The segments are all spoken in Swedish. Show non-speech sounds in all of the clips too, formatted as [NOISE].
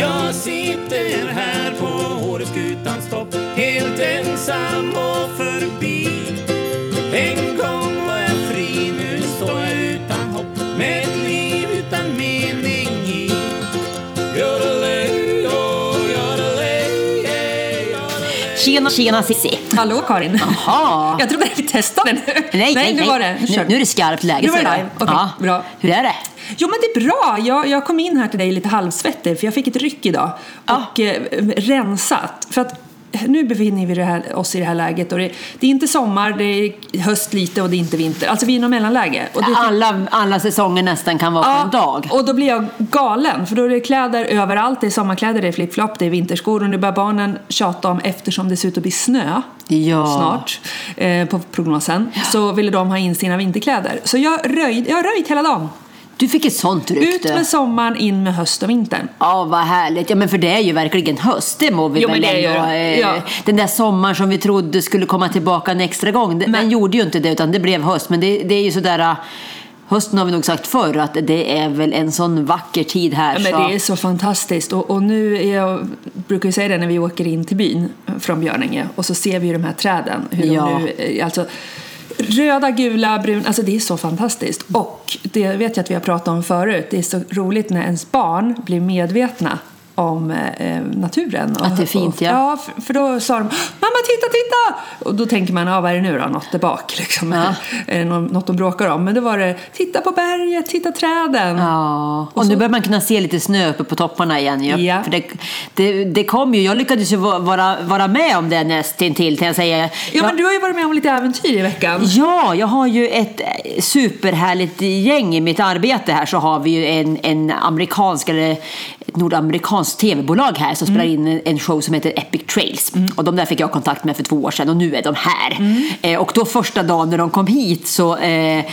Jag sitter här på Åreskutans topp Helt ensam och förbi En gång var jag fri, nu står jag utan hopp Med ett liv utan mening i Yodelay, oh, yodelay, yeah, yodelay. Tjena, tjena Cissi! Hallå [LAUGHS] Karin. Jaha! Jag trodde vi testade nu. Nej, nej, nej. nu var det. Nu, nu är det skarpt läge. Nu var det sådär. live. Okej, bra. Hur är det? Jo men det är bra. Jag, jag kom in här till dig lite halvsvettig för jag fick ett ryck idag. Och eh, rensat. För att eh, nu befinner vi det här, oss i det här läget och det, det är inte sommar, det är höst lite och det är inte vinter. Alltså vi är i något mellanläge. Och det- Alla, alla säsonger nästan kan vara på en dag. Och då blir jag galen för då är det kläder överallt. Det är sommarkläder, det är flipflop, det är vinterskor och nu börjar barnen tjata om eftersom det ser ut att bli snö Ja. snart eh, på prognosen. Så ville de ha in sina vinterkläder. Så jag, röjd, jag har röjt hela dagen. Du fick ett sånt Ut rykte. med sommaren, in med höst och vintern. Ja, vad härligt. Ja, men för det är ju verkligen höst, det må vi Jo, väl men det är ändå... ju- eh, ja. Den där sommaren som vi trodde skulle komma tillbaka en extra gång, den, den gjorde ju inte det, utan det blev höst. Men det, det är ju sådär... eh, Hösten har vi nog sagt förr, att det är väl en sån vacker tid här. Ja, men det är så fantastiskt. Och, och nu är jag brukar ju säga det när vi åker in till byn från Björninge och så ser vi ju de här träden. Hur Ja. de nu, är- alltså, röda, gula, bruna. Alltså det är så fantastiskt. Och det vet jag att vi har pratat om förut. Det är så roligt när ens barn blir medvetna om eh, naturen. Och, Att det är fint, ja. Och, ja, för, för då sa de “Mamma, titta, titta!” Och då tänker man, ja, vad är det nu då? Något där bak [LAUGHS] liksom. Ja. Är det nå- något de bråkar om? Men då var det “Titta på berget, titta träden!” Ja, och, nu börjar man kunna se lite snö uppe på topparna igen ju. Ja. För det, det, det kom ju, jag lyckades ju va- vara, vara med om det nästintill kan jag säga. Ja, Jag- men du har ju varit med om lite äventyr i veckan. Ja, jag har ju ett eh, superhärligt gäng i mitt arbete här. Så har vi ju en, en amerikansk, eller ett nordamerikanskt tv-bolag här som spelar Mm. in en- en show som heter Epic Trails. Och de där fick jag kontakt med för två år sedan och nu är de här. Mm. Eh, och då första dagen när de kom hit så eh,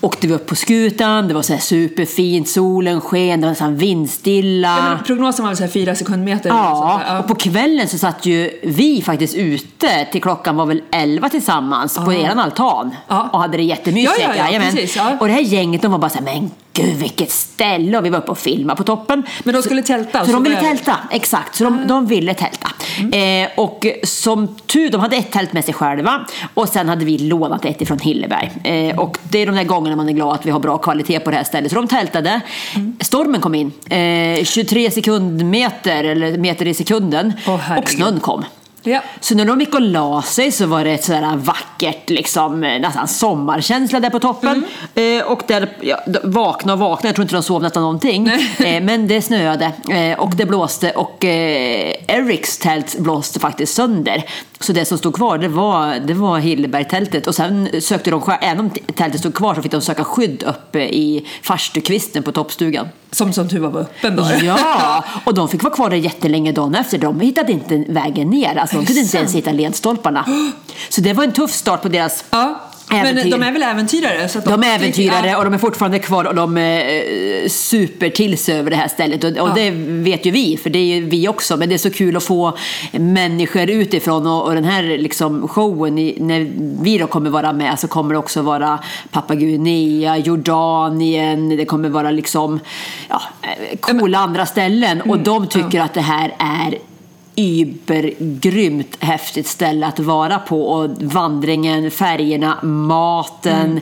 åkte vi upp på skutan, det var så här superfint, solen sken, det var nästan vindstilla. Ja, men prognosen var väl såhär fyra sekundmeter. eller Ja, sånt där. och på kvällen så satt ju vi faktiskt ute till klockan var väl 11 tillsammans på eran altan Ja. och hade det jättemysigt. Ja, ja, ja, jajamän. precis, ja. Och det här gänget de var bara så här, men gud vilket ställe och vi var uppe och filmade på toppen. Men de Så- skulle tälta och Så så de ville började- tälta, exakt. Så de, Mm. de ville tälta. Eh, och som tur, de hade ett tält med sig själva och sen hade vi lånat ett ifrån Hilleberg. Eh, och det är de där gångerna man är glad att vi har bra kvalitet på det här stället. Så de tältade. Mm. Stormen kom in, eh, 23 sekundmeter eller meter i sekunden. Åh, herregud. och snön kom. ja. Så när de gick och la sig så var det ett sådär vackert, liksom, eh, nästan sommarkänsla där på toppen. Eh, och där, ja, d- vakna och vakna, jag tror inte de sov nästan någonting. [LAUGHS] Eh, men det snöade eh, och det blåste och eh, Eriks tält blåste faktiskt sönder. Så det som stod kvar det var, det var Hilleberg-tältet och sen sökte de, själv- även om t- tältet stod kvar så fick de söka skydd uppe i farstukvisten på toppstugan. Som som tur var var öppen då. Ja, och de fick vara kvar där jättelänge dagen efter. De hittade inte vägen ner. Alltså, de kunde inte ens hitta ledstolparna. Så det var en tuff start på deras [LAUGHS] ja. Men äventyr. de är väl äventyrare? Så att De är Ja. äventyrare och de är fortfarande kvar och de eh, super till sig över det här stället. Och, och det vet ju vi, för det är ju vi också. Men det är så kul att få människor utifrån och, och den här liksom, showen, i, när vi då kommer vara med så kommer det också vara Papua Guinea, Jordanien, det kommer vara liksom ja, eh, coola andra ställen. Och de tycker att det här är übergrymt häftigt ställe att vara på. Och vandringen, färgerna, maten,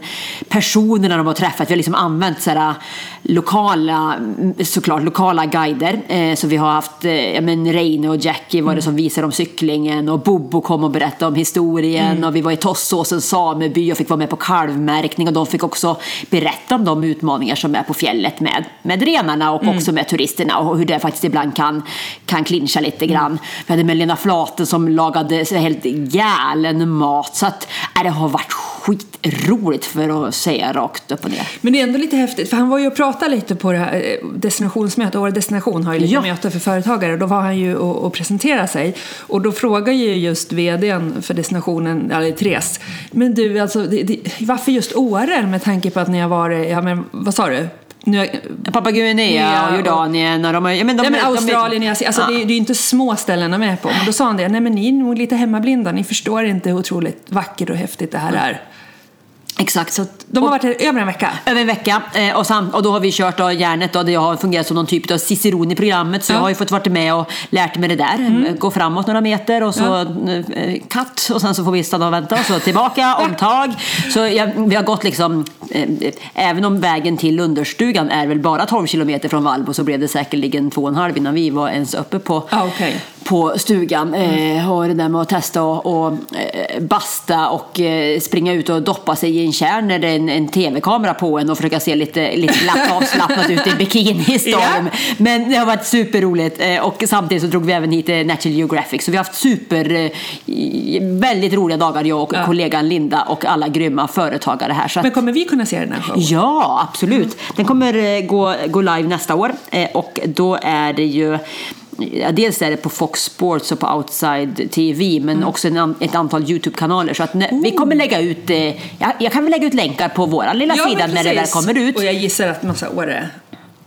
personerna de har träffat. Vi har liksom använt så här, lokala, mm, såklart, lokala guider. Eh, så vi har haft eh, ja, men Reine och Jackie var det som visade om cyklingen och Bobo kom och berättade om historien. Och vi var i Tossåsens sameby och fick vara med på kalvmärkning. Och de fick också berätta om de utmaningar som är på fjället med, med renarna och också med turisterna. Och hur det faktiskt ibland kan, kan clincha lite grann. Vi hade med Lena Flaten som lagade så helt galen mat. Så att, äh, det har varit skitroligt för att säga rakt upp och ner. Men det är ändå lite häftigt, för han var ju och pratade lite på det här eh, destinationsmötet. Åre Destination har ju lite Ja. möte för företagare. Då var han ju och, och presenterade sig. Och då frågar ju just vdn för destinationen, eller Therese, men du, alltså, det, det, varför just Åre med tanke på att ni har varit, ja men vad sa du? Nu, Papua Guinea Ja, och och- Jordanien och de, har- ja, men de, Nej, men de- Australien, Nya Zeeland, alltså, Ja. det, är- det är ju inte små ställen de är på. Men då sa han det, nej men ni är nog lite hemmablinda, ni förstår inte hur otroligt vackert och häftigt det här är. Exakt. Så att de har varit här över en vecka. Över en vecka eh, och, sam- och då har vi kört då järnet då, där jag har fungerat som någon typ av ciceron i programmet så Ja. jag har ju fått vara med och lärt mig det där. Eh, Gå framåt några meter och så eh, katt och sen så får vi stanna och vänta och så tillbaka, omtag. Så jag, vi har gått liksom, eh, eh, även om vägen till Lunderstugan är väl bara 12 kilometer från Valbo så blev det säkerligen två och en halv innan vi var ens uppe på Ah, okej. Mm. på stugan eh, och det där med att testa och, och eh, basta och eh, springa ut och doppa sig i en kärn när det är en, en tv-kamera på en och försöka se lite, lite [LAUGHS] glatt och avslappnat ut i bikinistorm. Men det har varit superroligt eh, och samtidigt så drog vi även hit eh, National Geographic så vi har haft super, eh, i- väldigt roliga dagar jag och Ja. kollegan Linda och alla grymma företagare här. Så att- Men kommer vi kunna se den här showen? Ja, Mm. absolut. Den kommer eh, gå, gå live nästa år eh, och då är det ju ja, Dels är det på Fox Sports och på Outside TV men Mm. också en, an- ett antal YouTube-kanaler. Så att när, Oh. vi kommer lägga ut, eh, jag, jag kan väl lägga ut länkar på vår lilla Ja, men sida när det väl precis. kommer ut. Och jag gissar att massa Åre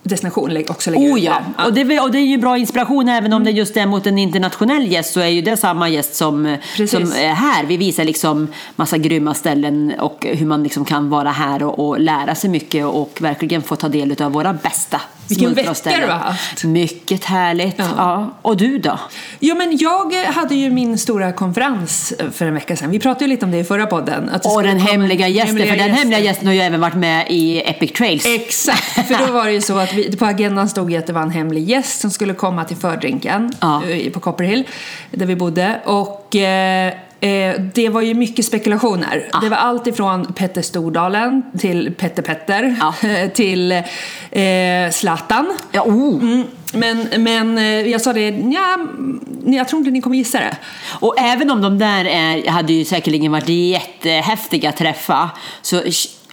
destination lä- också lägger Oh ut ja, den. och det, är väl- och det är ju bra inspiration även om det just är mot en internationell gäst så är ju det samma gäst som, Precis. som är här. Vi visar liksom massa grymma ställen och hur man liksom kan vara här och, och lära sig mycket och verkligen få ta del av våra bästa Vilken vecka smultronställen. du har haft. Mycket härligt. Ja. Ja. Och du då? Ja, men jag eh, hade ju min stora konferens eh, för en vecka sedan. Vi pratade ju lite om det i förra podden. Att det Och skulle den komma- hemliga gästen, för den gästen. hemliga gästen har ju även varit med i Epic Trails. Exakt, för då var det ju så att vi, på agendan stod ju att det var en hemlig gäst som skulle komma till fördrinken Ja. eh, på Copperhill där vi bodde. Och eh, eh, det var ju mycket spekulationer. Det var allt ifrån Petter Stordalen till Petter Petter Ja. [LAUGHS] till eh, Zlatan. Ja, oh. Mm, Men, men eh, jag sa det, ja, jag tror inte ni kommer gissa det. Och även om de där är, hade ju säkerligen varit jättehäftiga att träffa, så,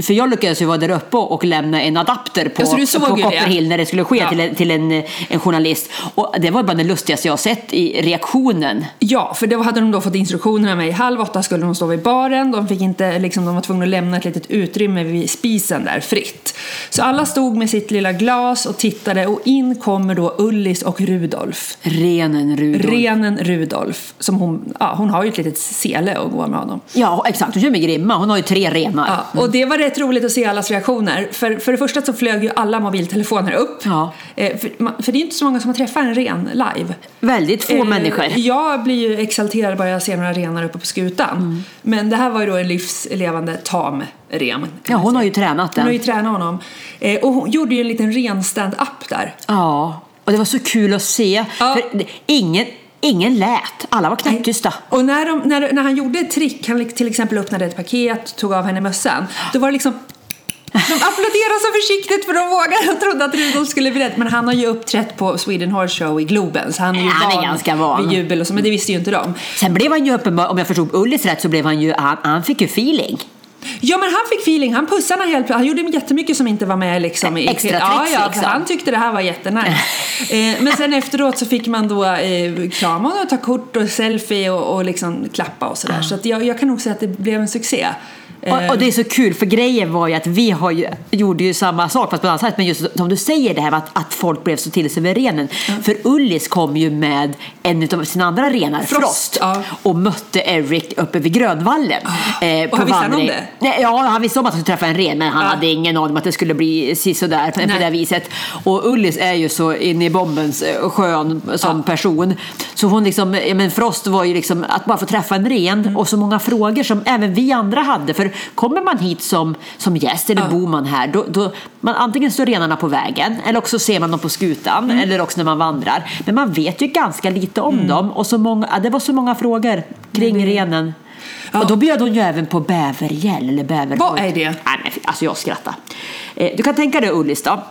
för jag lyckades ju vara där uppe och lämna en adapter på, Ja, så du såg på ju det? Copperhill när det skulle ske Ja. till, en, till en, en journalist. Och det var bara det lustigaste jag har sett i reaktionen. Ja, för då hade de då fått instruktioner av mig. Halv åtta skulle de stå vid baren. De, fick inte, liksom, de var tvungna att lämna ett litet utrymme vid spisen där fritt. Så alla stod med sitt lilla glas och tittade och in kommer då Ullis och Rudolf. Renen Rudolf. Renen Rudolf. Som hon, ja, hon har ju ett litet sele att gå med honom. ja, exakt. Hon kör med grimma. Hon har ju tre renar. Ja, och det var rätt roligt att se allas reaktioner. För, för det första så flög ju alla mobiltelefoner upp. Ja. Eh, För, ma- för det är ju inte så många som har träffat en ren live. Väldigt få Eh, människor. Jag blir ju exalterad bara jag ser några renar uppe på skutan. Mm. Men det här var ju då en livslevande tam Ja, ren. kan man hon säga. har ju tränat Hon har den. ju tränat honom. Eh, och hon gjorde ju en liten ren stand-up där. Ja, och det var så kul att se. Ja. För det- ingen, ingen lät. Alla var knäpptysta. Och när, de, när, när han gjorde ett trick, han till exempel öppnade ett paket, tog av henne mössan, då var det liksom de applåderade så försiktigt för de vågade och trodde att Rudolf skulle bli rädd. Men han har ju uppträtt på Sweden Horse Show i Globen så han är ju Ja, han är van, ganska van. vid jubel och så, men det visste ju inte de. Sen blev han ju uppenbar, om jag förstod Ullis rätt så blev han ju, han, han fick ju feeling. Ja men han fick feeling, han pussade henne helt Han gjorde jättemycket som inte var med liksom. i- Extra tricks, ja, ja, liksom. Han tyckte det här [LAUGHS] var jättenice. eh, men sen efteråt så fick man då eh, krama honom och ta kort och selfie och, och liksom klappa och sådär. Så att jag, jag kan nog säga att det blev en succé. Eh, Och, och det är så kul för grejen var ju att vi har ju, gjorde ju samma sak fast på ett annat sätt. Men just som du säger det här med att, att folk blev så till sig över renen. För Ullis kom ju med en av sina andra renar, Frost, Frost, ja. Ah. och mötte Eric uppe vid Grönvallen. eh, och han visste han om vandring. det? Nej, ja, han visste om att han skulle träffa en ren men han Ja. hade ingen aning om att det skulle bli sisådär på, på Nej. det viset. Och Ullis är ju så inne i bombens eh, skön som person. Så hon liksom, ja, men Frost var ju liksom att bara få träffa en ren och så många frågor som även vi andra hade. För kommer man hit som, som gäst eller bor man här då, då man, antingen står renarna på vägen eller också ser man dem på skutan eller också när man vandrar. Men man vet ju ganska lite om dem och så många, ja, det var så många frågor kring renen. Och då bjöd hon ju även på bävergäll eller bäverhojt. Vad är det? Nej, men, fy- alltså jag skrattar. Eh, du kan tänka dig Ullis då.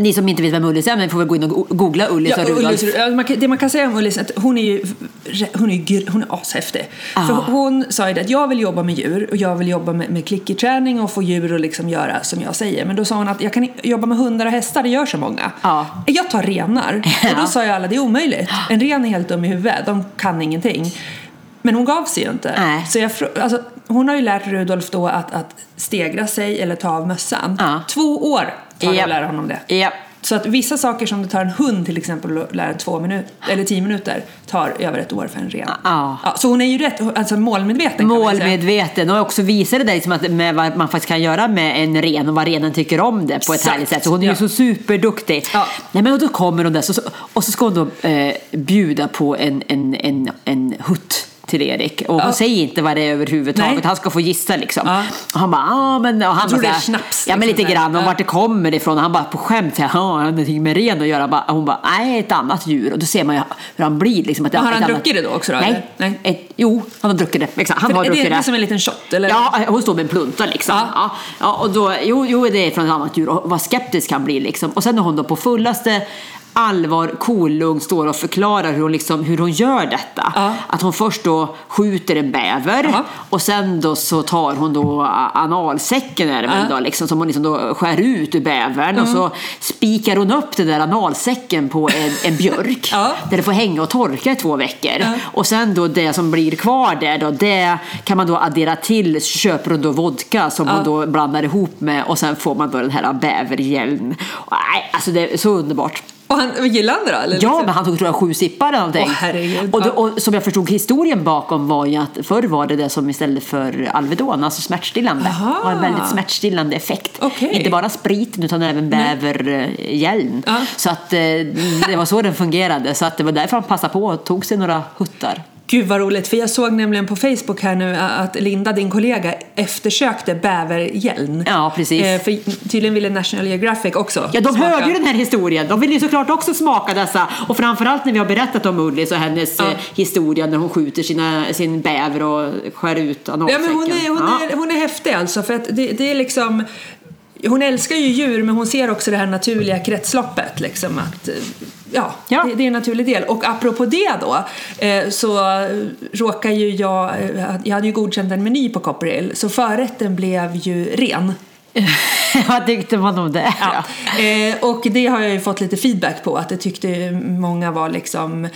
Ni som inte vet vem Ullis är men får väl gå in och go- googla Ullis Ja, och och Rudolf. Ullis, ja, man kan- det man kan säga om Ullis är att hon är ju hon är, ju gr- hon är ashäftig. Ah. För hon sa ju det att jag vill jobba med djur och jag vill jobba med, med klickerträning och få djur att liksom göra som jag säger. Men då sa hon att jag kan i- jobba med hundar och hästar, det gör så många. Ja. Jag [LAUGHS] tar renar. Och då Ja. sa jag alla det är omöjligt. En ren är helt dum i huvudet, de kan ingenting. Men hon gav sig ju inte. Nej. Så jag, frå- alltså, hon har ju lärt Rudolf då att, att stegra sig eller ta av mössan. Ja. Två år tar det att Japp. lära honom det. Japp. Så att vissa saker som det tar en hund till exempel att lära två minuter, eller tio minuter tar över ett år för en ren. Ja. Ja, så hon är ju rätt alltså målmedveten. kan man ju säga. Målmedveten och också visade det liksom att med vad man faktiskt kan göra med en ren och vad renen tycker om det på ett Exakt. härligt sätt. Så hon är ju Ja. så superduktig. Ja. Nej, men och då kommer hon där så, så, och så ska hon då eh, bjuda på en, en, en, en hutt till Erik och hon Ja. säger inte vad det är överhuvudtaget. Nej. Han ska få gissa liksom. Ja. Och han bara, ja men... Och han tror bara det är så här, snaps, Ja men liksom, lite där. grann. Och Ja. vart det kommer ifrån. Och han bara på skämt säger, ja har det någonting med ren att göra? Han bara- Hon bara, nej ett annat djur. Och då ser man ju hur han blir liksom. Att det- Men har ett han annat- druckit det då också då, Nej. eller? Nej. Ett, Eh, jo, han har druckit det. Exakt. Han För har är druckit det det. som en liten shot eller? Ja, eh, hon står med en plunta liksom. Ja. Ja. Ja, och då, jo, jo, det är från ett annat djur och vad skeptisk han blir liksom. Och sen är hon då på fullaste allvar, kolugn, står och förklarar hur hon, liksom, hur hon gör detta. Ja. Att hon först då skjuter en bäver Ja. och sen då så tar hon då a- analsäcken är det väl Ja. Mm. då, liksom, som hon liksom då skär ut ur bävern och så spikar hon upp den där analsäcken på en, en björk Ja. där det får hänga och torka i två veckor. Ja. Och sen då det som blir kvar där då, det kan man då addera till, köper hon då vodka som hon då blandar ihop med och sen får man då den här bäverhjälmen. Och, Nej, alltså det är så underbart. Och han, gillade han det då? Eller Ja, liksom? men han tog tror jag sju sippar eller någonting. Åh, herregud. och, det, Ja. och som jag förstod historien bakom var ju att förr var det det som istället för Alvedon, alltså smärtstillande, Aha. har en väldigt smärtstillande effekt. Okej. Inte bara spriten utan även bäverhjälm. Ja. Så att eh, det var så den fungerade. Så att det var därför han passade på och tog sig några huttar. Gud vad roligt, för jag såg nämligen på Facebook här nu att Linda, din kollega, eftersökte bäverhjälm. Ja, precis. Eh, för tydligen ville National Geographic också Ja, de smaka. hörde ju den här historien. De ville ju såklart också smaka dessa. Och framförallt när vi har berättat om Ullis och hennes Ja. eh, historia när hon skjuter sina, sin bäver och skär ut Ja, analsäcken. men hon, är, hon, Ja. är, hon är häftig alltså. För att det, det är liksom, hon älskar ju djur men hon ser också det här naturliga kretsloppet. Liksom, att, eh, ja, Ja. Det, det är en naturlig del. Och apropå det då eh, så eh, råkar ju jag, eh, jag hade ju godkänt en meny på Copperhill så förrätten blev ju ren. [LAUGHS] Vad tyckte man om det? Ja. Eh, och det har jag ju fått lite feedback på att det tyckte många var liksom eh,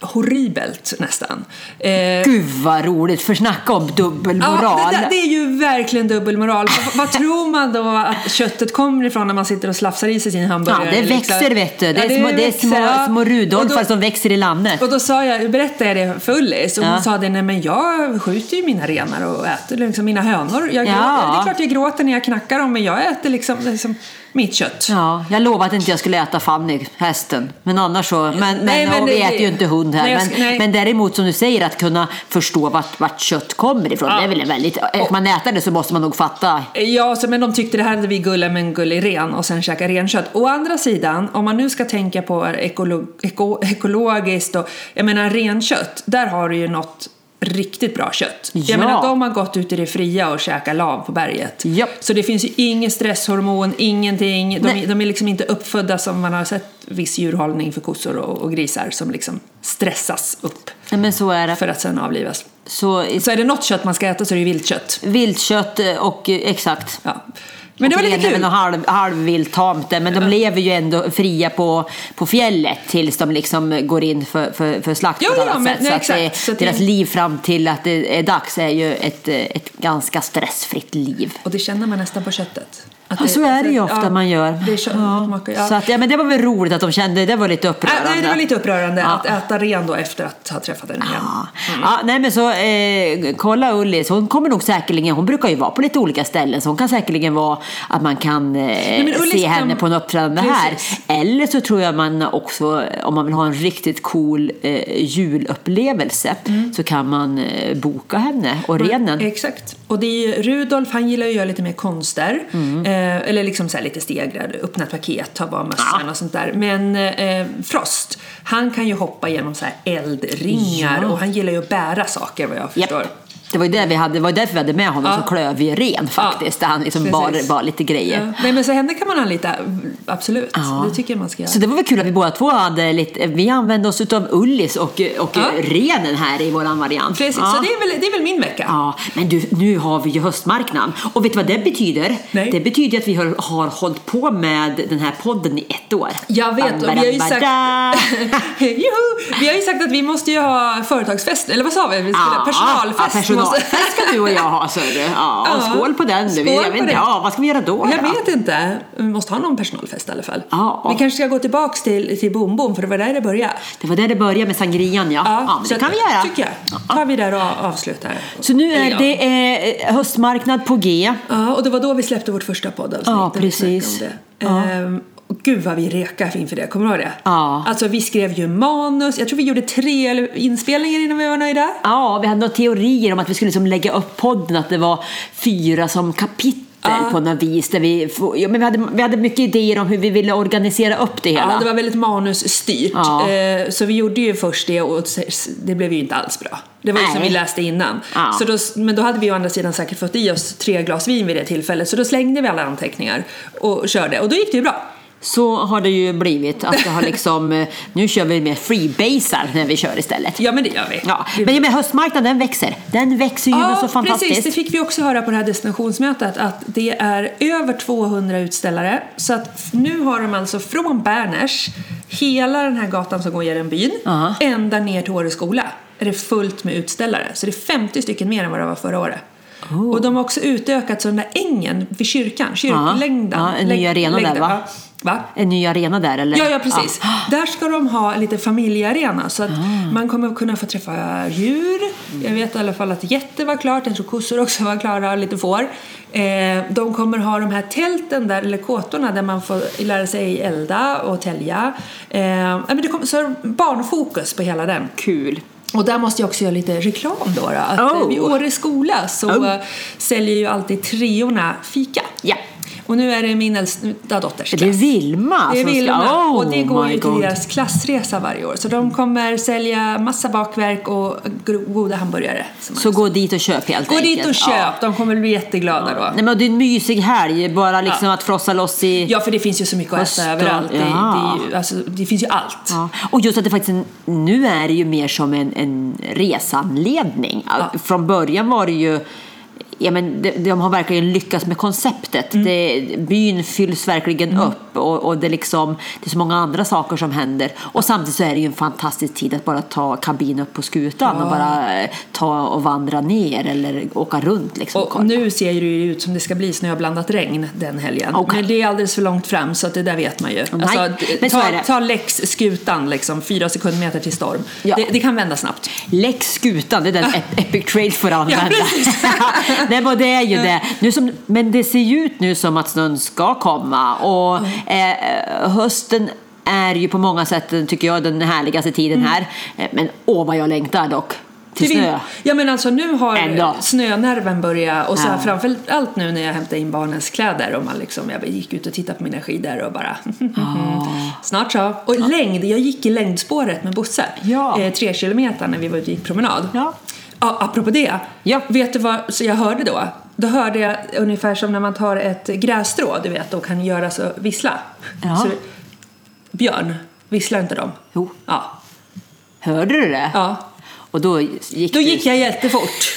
horribelt nästan. Eh, Gud vad roligt, för snacka om dubbelmoral. Ja, det, där- det är ju verkligen dubbelmoral. Vad- [LAUGHS] Vad tror man då att köttet kommer ifrån när man sitter och slafsar i sig sin hamburgare? Ja, det liksom? växer vet du. Det är, Ja, små, det är växer, små, ja. små Rudolfar Och då- som växer i landet. och då sa jag, berättade jag det för Ullis och hon Ja. sa det, nej men jag skjuter ju mina renar och äter liksom mina hönor. Jag Ja. gråter, det är klart jag gråter när jag knackar dem men jag äter liksom, liksom mitt kött. Ja, jag lovade att inte jag skulle äta Fanny, hästen. Men annars så. Men, men, Nej, men och vi det- äter ju inte hund Nej, här. jag Men, ska- nej. men däremot som du säger, att kunna förstå vart, vart kött kommer ifrån. Ja. Det är väl en väldigt... Om man äter det så måste man nog fatta. Ja, så, men de tyckte det här hade vi gulla med en gullig ren och sen käka renkött. Å andra sidan, om man nu ska tänka på ekolo, eko, ekologiskt och jag menar renkött, där har du ju något riktigt bra kött. Ja. Jag menar de har gått ut i det fria och käkat lav på berget. Japp. Så det finns ju inget stresshormon, ingenting. Nej. De, de är liksom inte uppfödda som man har sett viss djurhållning för kossor och, och grisar som liksom stressas upp Nej, men så är det. för att sen avlivas. Så, Så är det något kött man ska äta så är det ju viltkött. viltkött och eh, exakt. Ja. Men det Och var grenen lite är kul. väl någon halv, halvvilt tamt där, men de lever ju ändå fria på, på fjället tills de liksom går in för, för, för slakt Ja, på ett ja, annat men- sätt. nej, så att det, exakt. Så att det- deras liv fram till att det är dags är ju ett, eh, ett ganska stressfritt liv. Och det känner man nästan på köttet. Att alltså, Ja, så är det ju ofta ja, man gör. Det är kö- ja. smakar- ja. Så att, ja, men det var väl roligt att de kände, det var lite upprörande. Äh, nej, det var lite upprörande Ja. Ah, att äta ren då efter att ha träffat den igen. Ja. Ja, nej men så eh, kolla Ullis, hon kommer nog säkerligen, hon brukar ju vara på lite olika ställen så hon kan säkerligen vara att man kan eh, men Ullis se kan- henne på en uppträdande här. Precis. Eller så tror jag man också, om man vill ha en riktigt cool eh, julupplevelse Mm. så kan man eh, boka henne och renen. Exakt. Och det är ju, Rudolf han gillar ju att göra lite mer konster. Mm. Eh, eller liksom så här lite stegrar, öppna ett paket, ta bara Ah. mössan och sånt där. Men eh, Frost, han kan ju hoppa genom så här eldringar och han gillar ju att bära saker vad jag Japp. förstår. Det var ju det vi hade, det var ju därför vi hade med honom som klövig ren faktiskt, där han liksom bar, Precis. bar lite grejer. Ja. Nej men så henne kan man anlita, absolut. Ja. Det tycker jag man ska göra. Så det var väl kul att vi båda två hade lite, vi använde oss utav Ullis och, och Ja. renen här i våran variant. Precis, ja. så det är, väl, det är väl min vecka. Ja, men du, nu har vi ju höstmarknaden. Och vet du vad det betyder? Nej. Det betyder att vi har, har hållit på med den här podden i ett år. Jag vet, och vi har ju [LAUGHS] sagt, Bam-ba-dam-ba-da. [LAUGHS] Juhu! vi har ju sagt att vi måste ju ha företagsfest, eller vad sa vi? vi skulle, Ja, personalfest ja, måste... Nattfest ska du och jag ha, ser du. Ja, [LAUGHS] Ja. och skål på den. Du. Skål Jag på vet inte, det. ja, vad ska vi göra då? Jag då? vet inte. Vi måste ha någon personalfest i alla fall. Ja, ja. Vi kanske ska gå tillbaka till, till Boom Boom för det var där det började. Det var där det började med sangrian, ja. Ja, men så det kan vi göra. Tycker jag. tar vi där och avslutar. Så nu är Ja. det eh, höstmarknad på G. Ja, och det var då vi släppte vårt första poddavsnitt. Ja, där vi snackade precis. om det. Ja. Ehm, och Gud vad vi rekade inför det, kommer du ihåg det? Ja. Alltså vi skrev ju manus, jag tror vi gjorde tre inspelningar innan vi var nöjda. Ja, vi hade några teorier om att vi skulle liksom lägga upp podden, att det var fyra som kapitel Ja. på något vis. Där vi, får- ja, men vi, hade, vi hade mycket idéer om hur vi ville organisera upp det hela. Ja, det var väldigt manusstyrt. Ja. Eh, Så vi gjorde ju först det och s- det blev ju inte alls bra. Det var ju som Nej. vi läste innan. Ja. Så då, s- men då hade vi å andra sidan säkert fått i oss tre glas vin vid det tillfället. Så då slängde vi alla anteckningar och körde. Och då gick det ju bra. Så har det ju blivit att det har liksom, eh, nu kör vi mer freebasar när vi kör istället. Ja, men det gör vi. Ja, Vi- men jag menar, höstmarknaden den växer. Den växer ju något så fantastiskt. precis. Det fick vi också höra på det här destinationsmötet att det är över 200 utställare. Så att f- nu har de alltså från Berners, hela den här gatan som går genom byn, Ja. ända ner till Åre skola är det fullt med utställare. Så det är 50 stycken mer än vad det var förra året. Oh. Och de har också utökat så den där ängen vid kyrkan, kyrklängden. Ja, en ny läng- arena där, längden, va? va? En ny arena där eller? Ja, ja precis. Ah. Där ska de ha lite familjearena så att man kommer kunna få träffa djur. Jag vet i alla fall att getter var klart, jag tror kossor också var klara och lite får. Eh, de kommer ha de här tälten där, eller kåtorna där man får lära sig elda och tälja. Eh, ja, men det kommer, så barnfokus på hela den. Kul. Och där måste jag också göra lite reklam då. då att eh, Oh. Vid Åre skola så Oh. eh, säljer ju alltid treorna fika. Ja. Och nu är det min äldsta dotters Det är klass. Vilma Det är som Vilma ska... Oh, och det går my ju till God. deras klassresa varje år. Så de kommer sälja massa bakverk och gro- goda hamburgare. som man- Så gå dit och köp helt Gå enkelt. dit och köp, Ja. de kommer bli jätteglada då. Nej, men det är en mysig helg, bara liksom Ja. att frossa loss i... Ja, för det finns ju så mycket att äta Hösten, överallt. Det, det, ja. är ju, alltså, det finns ju allt. Ja. Och just att det faktiskt, en, nu är det ju mer som en, en resanledning. Alltså, Ja. Från början var det ju, ja men de, de har verkligen lyckats med konceptet. Mm. Det, byn fylls verkligen upp och, och det, liksom, det är så många andra saker som händer. Och samtidigt så är det ju en fantastisk tid att bara ta kabin upp på skutan och bara eh, ta och vandra ner eller åka runt liksom. Och nu ser det ju ut som det ska bli snöblandat regn den helgen. Okej. Men det är alldeles för långt fram så att det där vet man ju. Alltså, d- men så ta, är det. ta läx-skutan liksom, fyra sekundmeter till storm. Ja. Det, det kan vända snabbt. Lex Skutan, det är den Ep- Epic Trail får använda. precis. [LAUGHS] Nej, men det är ju det. Nu som, men det ser ju ut nu som att snön ska komma och eh, hösten är ju på många sätt, tycker jag, den härligaste tiden Mm. här. Eh, Men åh vad jag längtar dock till Det snö. vill- Ja men alltså nu har Ändå. snönerven börjat och så här, Ja. framförallt nu när jag hämtade in barnens kläder och man liksom, jag gick ut och tittade på mina skidor och bara [LAUGHS] Ah. snart så. Och längd, jag gick i längdspåret med Bosse, Ja. eh, tre kilometer när vi var ute och gick promenad. Ja. Ja, apropå det, Ja. vet du vad så jag hörde då? Då hörde jag ungefär som när man tar ett grässtrå du vet och kan göra så, vissla. Ja. Så, björn, visslar inte de? Jo. Ja. Hörde du det? ja. Och då gick Då du- gick jag jättefort.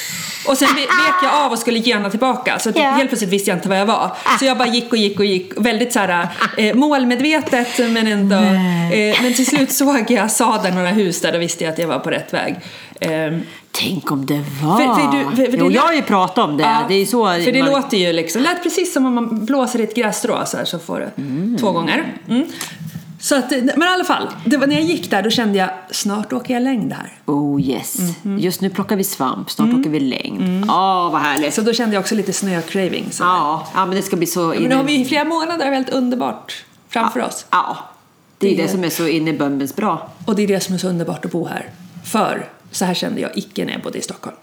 Och sen ve- vek jag av och skulle gena tillbaka. Så att Ja. helt plötsligt visste jag inte var jag var. Så jag bara gick och gick och gick. Väldigt så här, eh, målmedvetet men ändå. Eh, men till slut såg jag sadeln och några hus där. Då visste jag att jag var på rätt väg. Ehm, Tänk om det var... För- för du- för- för det jo, lät- jag har ju pratat om det. ja, det är ju så för det man- låter ju liksom, lät precis som om man blåser i ett grässtrå så, här, så får du två gånger. Mm. Så att, men i alla fall, det var när jag gick där då kände jag snart åker jag längd här. Oh yes. Mhm. Just nu plockar vi svamp, snart Mm. åker vi längd. Åh, vad härligt. Så då kände jag också lite snöcraving. Så. Ja, ja, men det ska bli så... Men in- nu har vi flera månader av helt underbart framför oss. Ja. Det är ju Det- det som är så in i bömbens bra. Och det är det som är så underbart att bo här. För så här kände jag icke när jag bodde i Stockholm.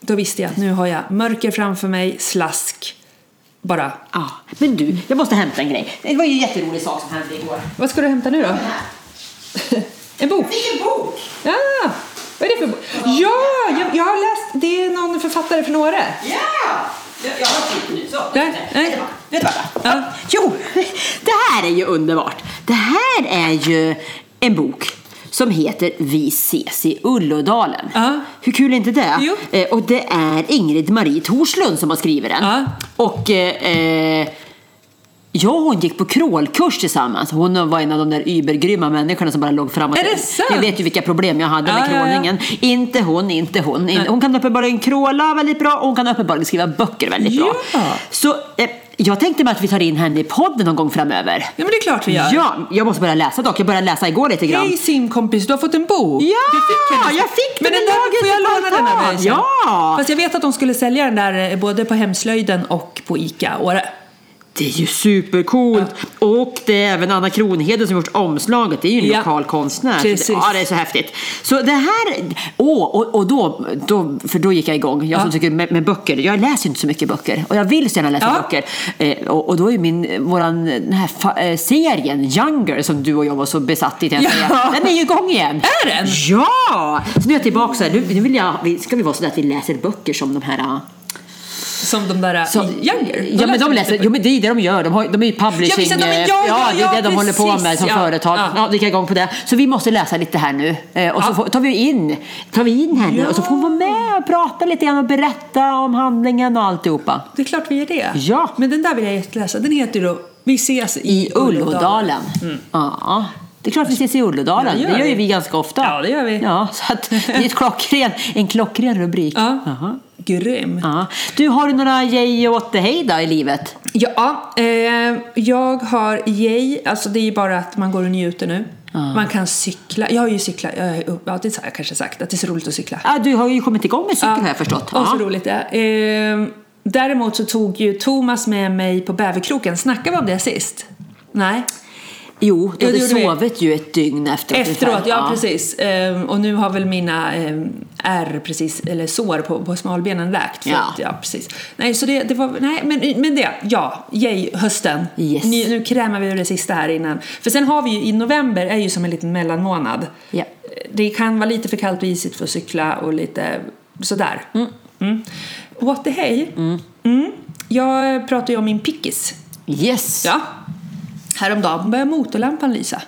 Då visste jag att nu har jag mörker framför mig, slask, bara. Ja. Men du, jag måste hämta en grej. Det var ju en jätterolig sak som hände igår. Vad ska du hämta nu då? en bok? Vilken bok! Ja! Vad är det för bok? Ja, jag, jag har läst. Det är någon författare från Åre. Ja! Jag- Jag har tid nu. Så. Nej, nej. Vet du vad? Ja. Jo, [LAUGHS] det här är ju underbart. Det här är ju en bok som heter Vi ses i Ullådalen. Ja. Hur kul är inte det? Jo. Eh, och det är Ingrid Marie Torslund som har skrivit den. Ja. Och eh, eh, Jag och hon gick på crawlkurs tillsammans. Hon var en av de där übergrymma människorna som bara låg fram och Är det till. sant? Jag vet ju vilka problem jag hade med Ja, ja, ja. crawlingen. Inte hon, inte hon. In- Hon kan uppenbarligen crawla väldigt bra och hon kan uppenbarligen skriva böcker väldigt bra. Ja. Så eh, jag tänkte mig att vi tar in henne i podden någon gång framöver. Ja, men det är klart vi gör. Ja, jag måste börja läsa dock. Jag började läsa igår lite grann. Hej simkompis, du har fått en bok. Ja, du fick henne. jag fick Men den i den där, laget får jag ett låna den tag. av dig sen? Ja. Fast jag vet att de skulle sälja den där eh, både på Hemslöjden och på ICA Åre. Det är ju supercoolt! Och det är även Anna Kronheden som gjort omslaget. Det är ju en Ja. lokal konstnär. Så Precis. Det, ja, det är så häftigt. Så det här... Åh, och, och då, då... För då gick jag igång. Jag som Ja. tycker med, med böcker. Jag läser ju inte så mycket böcker. Och jag vill så gärna läsa Ja. böcker. Eh, och, och då är ju min... eh, Våran... Den här fa, eh, serien, Younger, som du och jag var så besatt i. kan jag säga. Ja. Den är ju igång [LAUGHS] igen! Är den? Ja! Så nu är jag tillbaka så här. Nu, nu vill jag... vi- Ska vi vara så där att vi läser böcker som de här... eh, Som de där äh, så- så, i Younger. Ja, men de läser, jo, men det är det de gör. De, har, de är ju publishing. Ja, visst, de är- eh, ja, ja, det är det ja, de håller på med precis, som ja. företag. Ja. Ja. vi kan igång på det. Så vi måste läsa lite här nu. Eh, Och så Ja. får, tar vi in, tar vi in henne och så får hon vara med och prata lite grann och berätta om handlingen och alltihopa. Det är klart vi gör det. Ja. Men den där vill jag jätteläsa. Den heter ju då Vi ses I Ullådalen. Ja. Det är klart vi ses i Ullådalen. Mm. Ja, det det gör gör ju vi. vi ganska ofta. Ja, det gör vi. Ja, så att det är ett klockren, en klockren rubrik. Ja. Jaha. Grym. Ja. Du, har du några jej och åttehej då i livet? Ja, eh, jag har yay. Alltså det är ju bara att man går och njuter nu. Man kan cykla. Jag har ju cyklat. Jag, är upp- ja, det har jag kanske sagt. Att det är så roligt att cykla. Ja, du har ju kommit igång med cykel har jag förstått. Och så Ja. roligt det är. Ehm, Däremot så tog ju Thomas med mig på Bäverkroken. Snackade vi om det sist? Nej. Jo, du Jo, hade det gjorde vi. sovit ju ett dygn efteråt. Efteråt, ungefär. ja, precis. Ehm, och nu har väl mina ehm, ärr precis, eller sår på, på smalbenen läkt. För Ja. Att, ja, precis. Nej, så det, det var, nej, men, men det, ja, yay, hösten. Yes. Nu, nu krämar vi ur det sista här innan. För sen har vi ju, i november är ju som en liten mellanmånad. Ja. Det kan vara lite för kallt och isigt för att cykla och lite sådär. Mm. What the hey? Mm. Jag pratar ju om min pickis. Yes! Ja. Häromdagen började motorlampan lysa.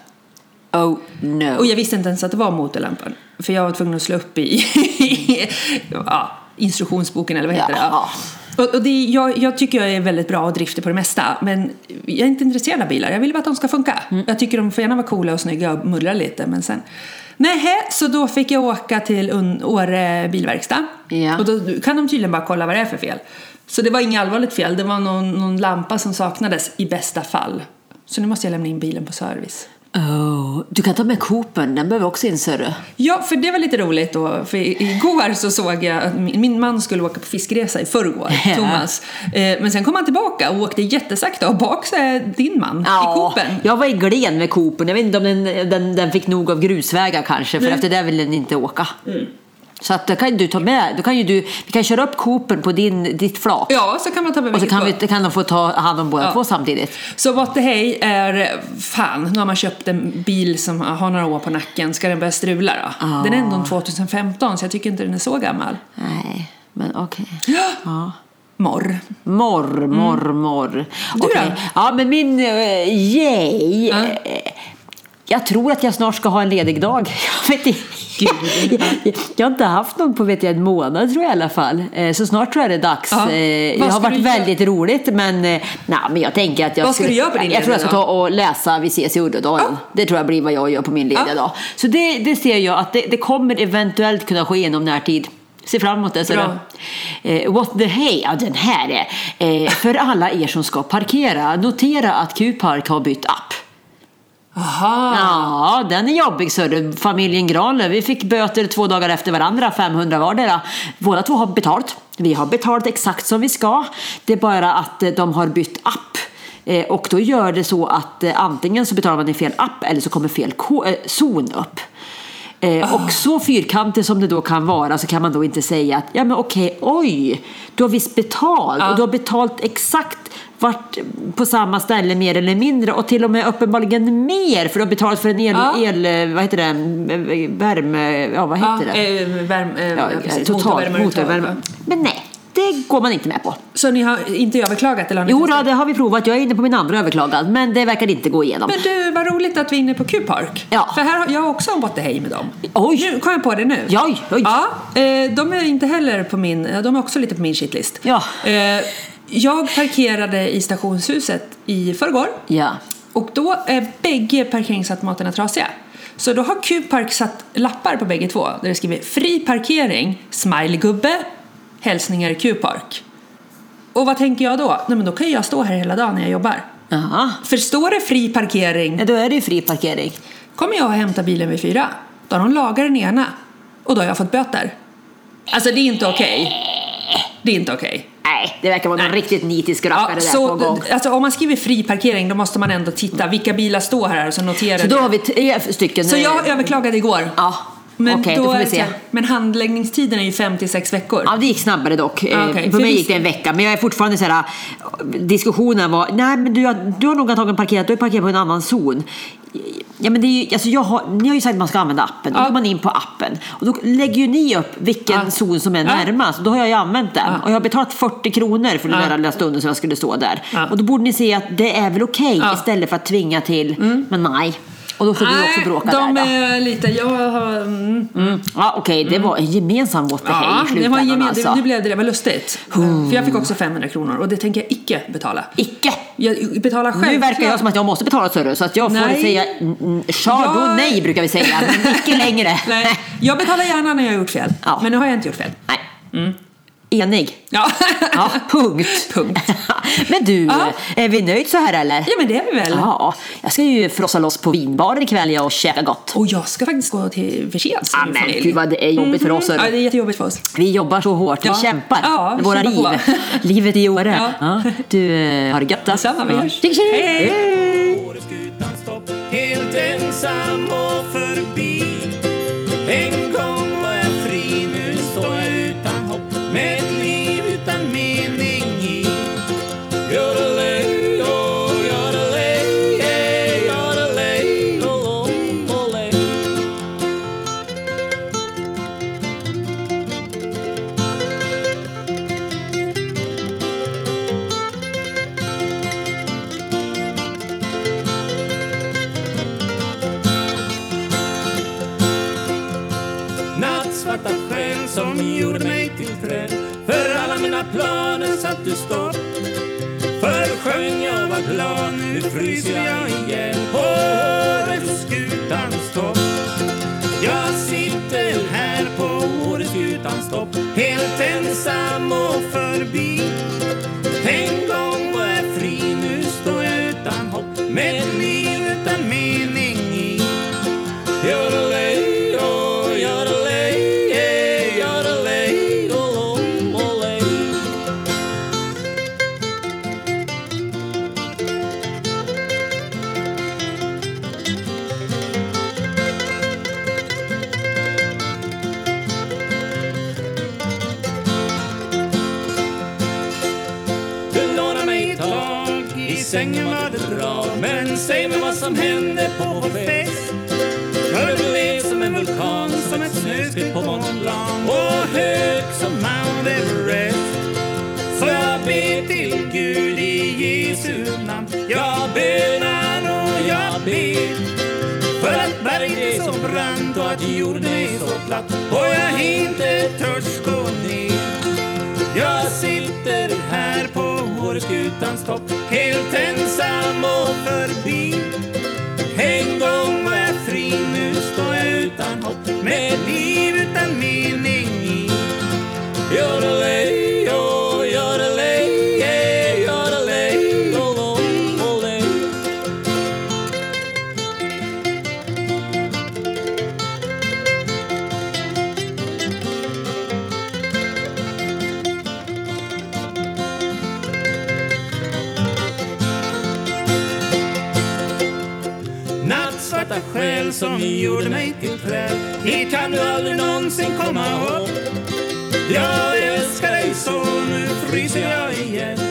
Oh no. Och jag visste inte ens att det var motorlampan. För jag var tvungen att slå upp i [LAUGHS] ja, instruktionsboken eller vad heter Ja. det? Ja. Och, och det är, jag, jag tycker jag är väldigt bra och driftig på det mesta. Men jag är inte intresserad av bilar. Jag vill bara att de ska funka. Jag tycker de får gärna vara coola och snygga och mullra lite. Men sen... Nähä, så då fick jag åka till Un- Åre bilverkstad. Ja. Och då kan de tydligen bara kolla vad det är för fel. Så det var inget allvarligt fel. Det var någon, någon lampa som saknades i bästa fall. Så nu måste jag lämna in bilen på service. oh. Du kan ta med Coopen, den behöver också in ser du. Ja, för det var lite roligt då. För i- igår så såg jag att min min man skulle åka på fiskresa i förrgår, Ja. Thomas. Eh, Men sen kom han tillbaka och åkte jättesakta och bak så är din man i Coopen. Jag var i Glen med Coopen. Jag vet inte om den, den, den fick nog av grusvägar kanske, för Mm. efter det ville den inte åka. Så att då kan du ta med, då kan ju du, vi kan köra upp Coopen på din, ditt flak. Ja, så kan man ta med Och så vilket kan, vi, båt. kan de få ta hand om båda Ja. två samtidigt. Så what the hey är, fan, nu har man köpt en bil som har några år på nacken, ska den börja strula då? Ja. Den är ändå 2015 så jag tycker inte den är så gammal. Nej, men okej. Ja. Morr. Morr, morr, morr. Mm. Du Okej. då? Ja, men min uh, yay. Ja. eh, Jag tror att jag snart ska ha en ledig dag. [LAUGHS] Jag, vet inte. jag, [LAUGHS] jag har inte haft någon på vet jag, en månad tror jag i alla fall. Eh, Så snart tror jag det är dags. Ja. Eh, Det Vad har ska varit du göra? väldigt roligt men, eh, nej, men jag tänker att jag Vad ska skulle- du göra på din Jag tror jag ska lediga ta och läsa Vi ses i Uddedalen. Ja. Det tror jag blir vad jag gör på min lediga Ja. dag. Så det, det ser jag att det, det kommer eventuellt kunna ske inom närtid. Se fram emot det. så Bra. det- Eh, what the hey, ja den här är. Eh, för alla er som ska parkera, notera att Q-Park har bytt app. Aha. Ja, den är jobbig sörru. Familjen Granlöf, vi fick böter två dagar efter varandra, 500 vardera. Båda två har betalt. Vi har betalt exakt som vi ska. Det är bara att eh, de har bytt app. Eh, Och då gör det så att eh, antingen så betalar man i fel app eller så kommer fel ko- eh, zon upp. Eh, Och så fyrkantig som det då kan vara så kan man då inte säga att ja men okej, oj, du har visst betalt och du har betalt exakt varit på samma ställe mer eller mindre och till och med uppenbarligen mer för du har betalat för en el, Ja. el vad heter det, värme, ja vad Ja, heter det? eh, värme, eh, Ja, ja, precis, total motorvärmeuttag. motorvärme. Men nej, det går man inte med på. Så ni har inte överklagat? Eller har ni Jo testat? då, det har vi provat. Jag är inne på min andra överklagan, men det verkar inte gå igenom. Men du, vad roligt att vi är inne på Q-Park. Ja. För här har jag också en what hej med dem. Oj. Nu kom jag på det nu. Ja, Ah. oj, oj. Ja, eh, de är inte heller på min, ja, de är också lite på min shitlist. Ja. Eh, Jag parkerade i stationshuset i förrgår Ja. och då är bägge parkeringsautomaterna trasiga. Så då har Q-Park satt lappar på bägge två där det skriver fri parkering, smilegubbe, hälsningar Q-Park. Och vad tänker jag då? Nej men då kan jag stå här hela dagen när jag jobbar. Jaha. För står det fri parkering Ja, Då är det ju fri parkering. kommer jag att hämta bilen vid fyra. Då har de lagat den ena och då har jag fått böter. Alltså det är inte okej. Det är inte okej. Nej, det verkar vara någon riktigt nitisk rackare Ja, där så, på gång. alltså, om man skriver fri parkering då måste man ändå titta vilka bilar står här och så notera Så då det. har vi tre stycken. Så jag överklagade igår. Ja, Men, okej, då då får är vi det se. så här- men handläggningstiden är ju 5-6 veckor. Ja, det gick snabbare dock. Eh, Ah, okej. För För mig vi- gick det en vecka. Men jag är fortfarande så här, eh, diskussionen var, nej men du, har- du har nog antagligen parkerat, du har parkerat på en annan zon. Ja, men det är ju, alltså jag har, ni har ju sagt att man ska använda appen, då Ja. Ah. går man in på appen. Och då lägger ju ni upp vilken Ja. zon som är Ja. närmast. Då har jag ju använt den. Ja. Och jag har betalat 40 kronor för den Ja. där lilla stunden som jag skulle stå där. Ja. Och då borde ni se att det är väl okej Ja. istället för att tvinga till, men nej. Och då får du också bråka Mm. de där då. är lite... Jag har... Mm. Mm. Ja, Okej, det var en gemensam återhej Ja, i det var slutändan gemen, alltså. Hmm. det, nu blev det, det var lustigt. För jag fick också 500 kronor och det tänker jag icke betala. Icke! Jag betalar själv. Nu verkar jag som att jag måste betala större så att jag får Nej. säga mm, mm, chardonnay Jag- brukar vi säga, men icke [LAUGHS] längre. Nej, jag betalar gärna när jag har gjort fel. Ja. Men nu har jag inte gjort fel. [LAUGHS] Nej. Mm. Enig. Ja. [LAUGHS] Ja, punkt. Punkt. [LAUGHS] men du, Ja. är vi nöjda så här eller? ja, men det är vi väl. Ja, jag ska ju frossa loss på vinbaren ikväll jag och käka gott. Och jag ska faktiskt gå till förseelse Ah, med men familj. gud, vad det är jobbigt för Mhm. oss, hörru. Ja, det är jättejobbigt för oss. Vi jobbar så hårt, vi Ja. kämpar Ja, vi med våra kämpar liv. [LAUGHS] på. Livet i Åre. Ja. Ja. Du, eh, har det gött då. Detsamma, vi Ja. hörs. Tjing, tjing. Hej, hej. Åreskutan stopp Helt ensam och förbi En gång var jag fri Nu står jag utan hopp Med ett liv utan mening i Yodelej, oh, yodelej, eh, yodelej, oh, oh, olej. Nattsvarta sken som gjorde mig till träd För alla mina planer satte stopp Förr sjöng jag och var glad, nu fryser jag igen På Åreskutans topp Jag sitter här på Åreskutans topp Helt ensam och förbi En gång var jag fri, nu står jag utan hopp Med ett liv utan mening i Yodelay, oh, yodelay, eh, yodelay, oh, oh, olay. Du lånar mig ett tag, i sängen var det bra Men säg mig vad som hände på vår fest För du led som en vulkan, som ett snöskred på Mont Blanc Och hög som Mount Everest Så jag ber till Gud i Jesu namn Jag bönar och jag ber för att berget är så brant och att jorden är så platt och jag inte törs gå ner jag sitter här på Åreskutans topp Helt ensam och förbi En gång var jag fri, nu står jag utan hopp Med ett liv utan mening i Yodelay, oh, yodelay, eh, yodelay, oh, oh, olay. Nattsvarta själ som gjorde mig till träd Hit kan du aldrig någonsin komma upp Jag älskar dig så, nu fryser jag igen oh, oh,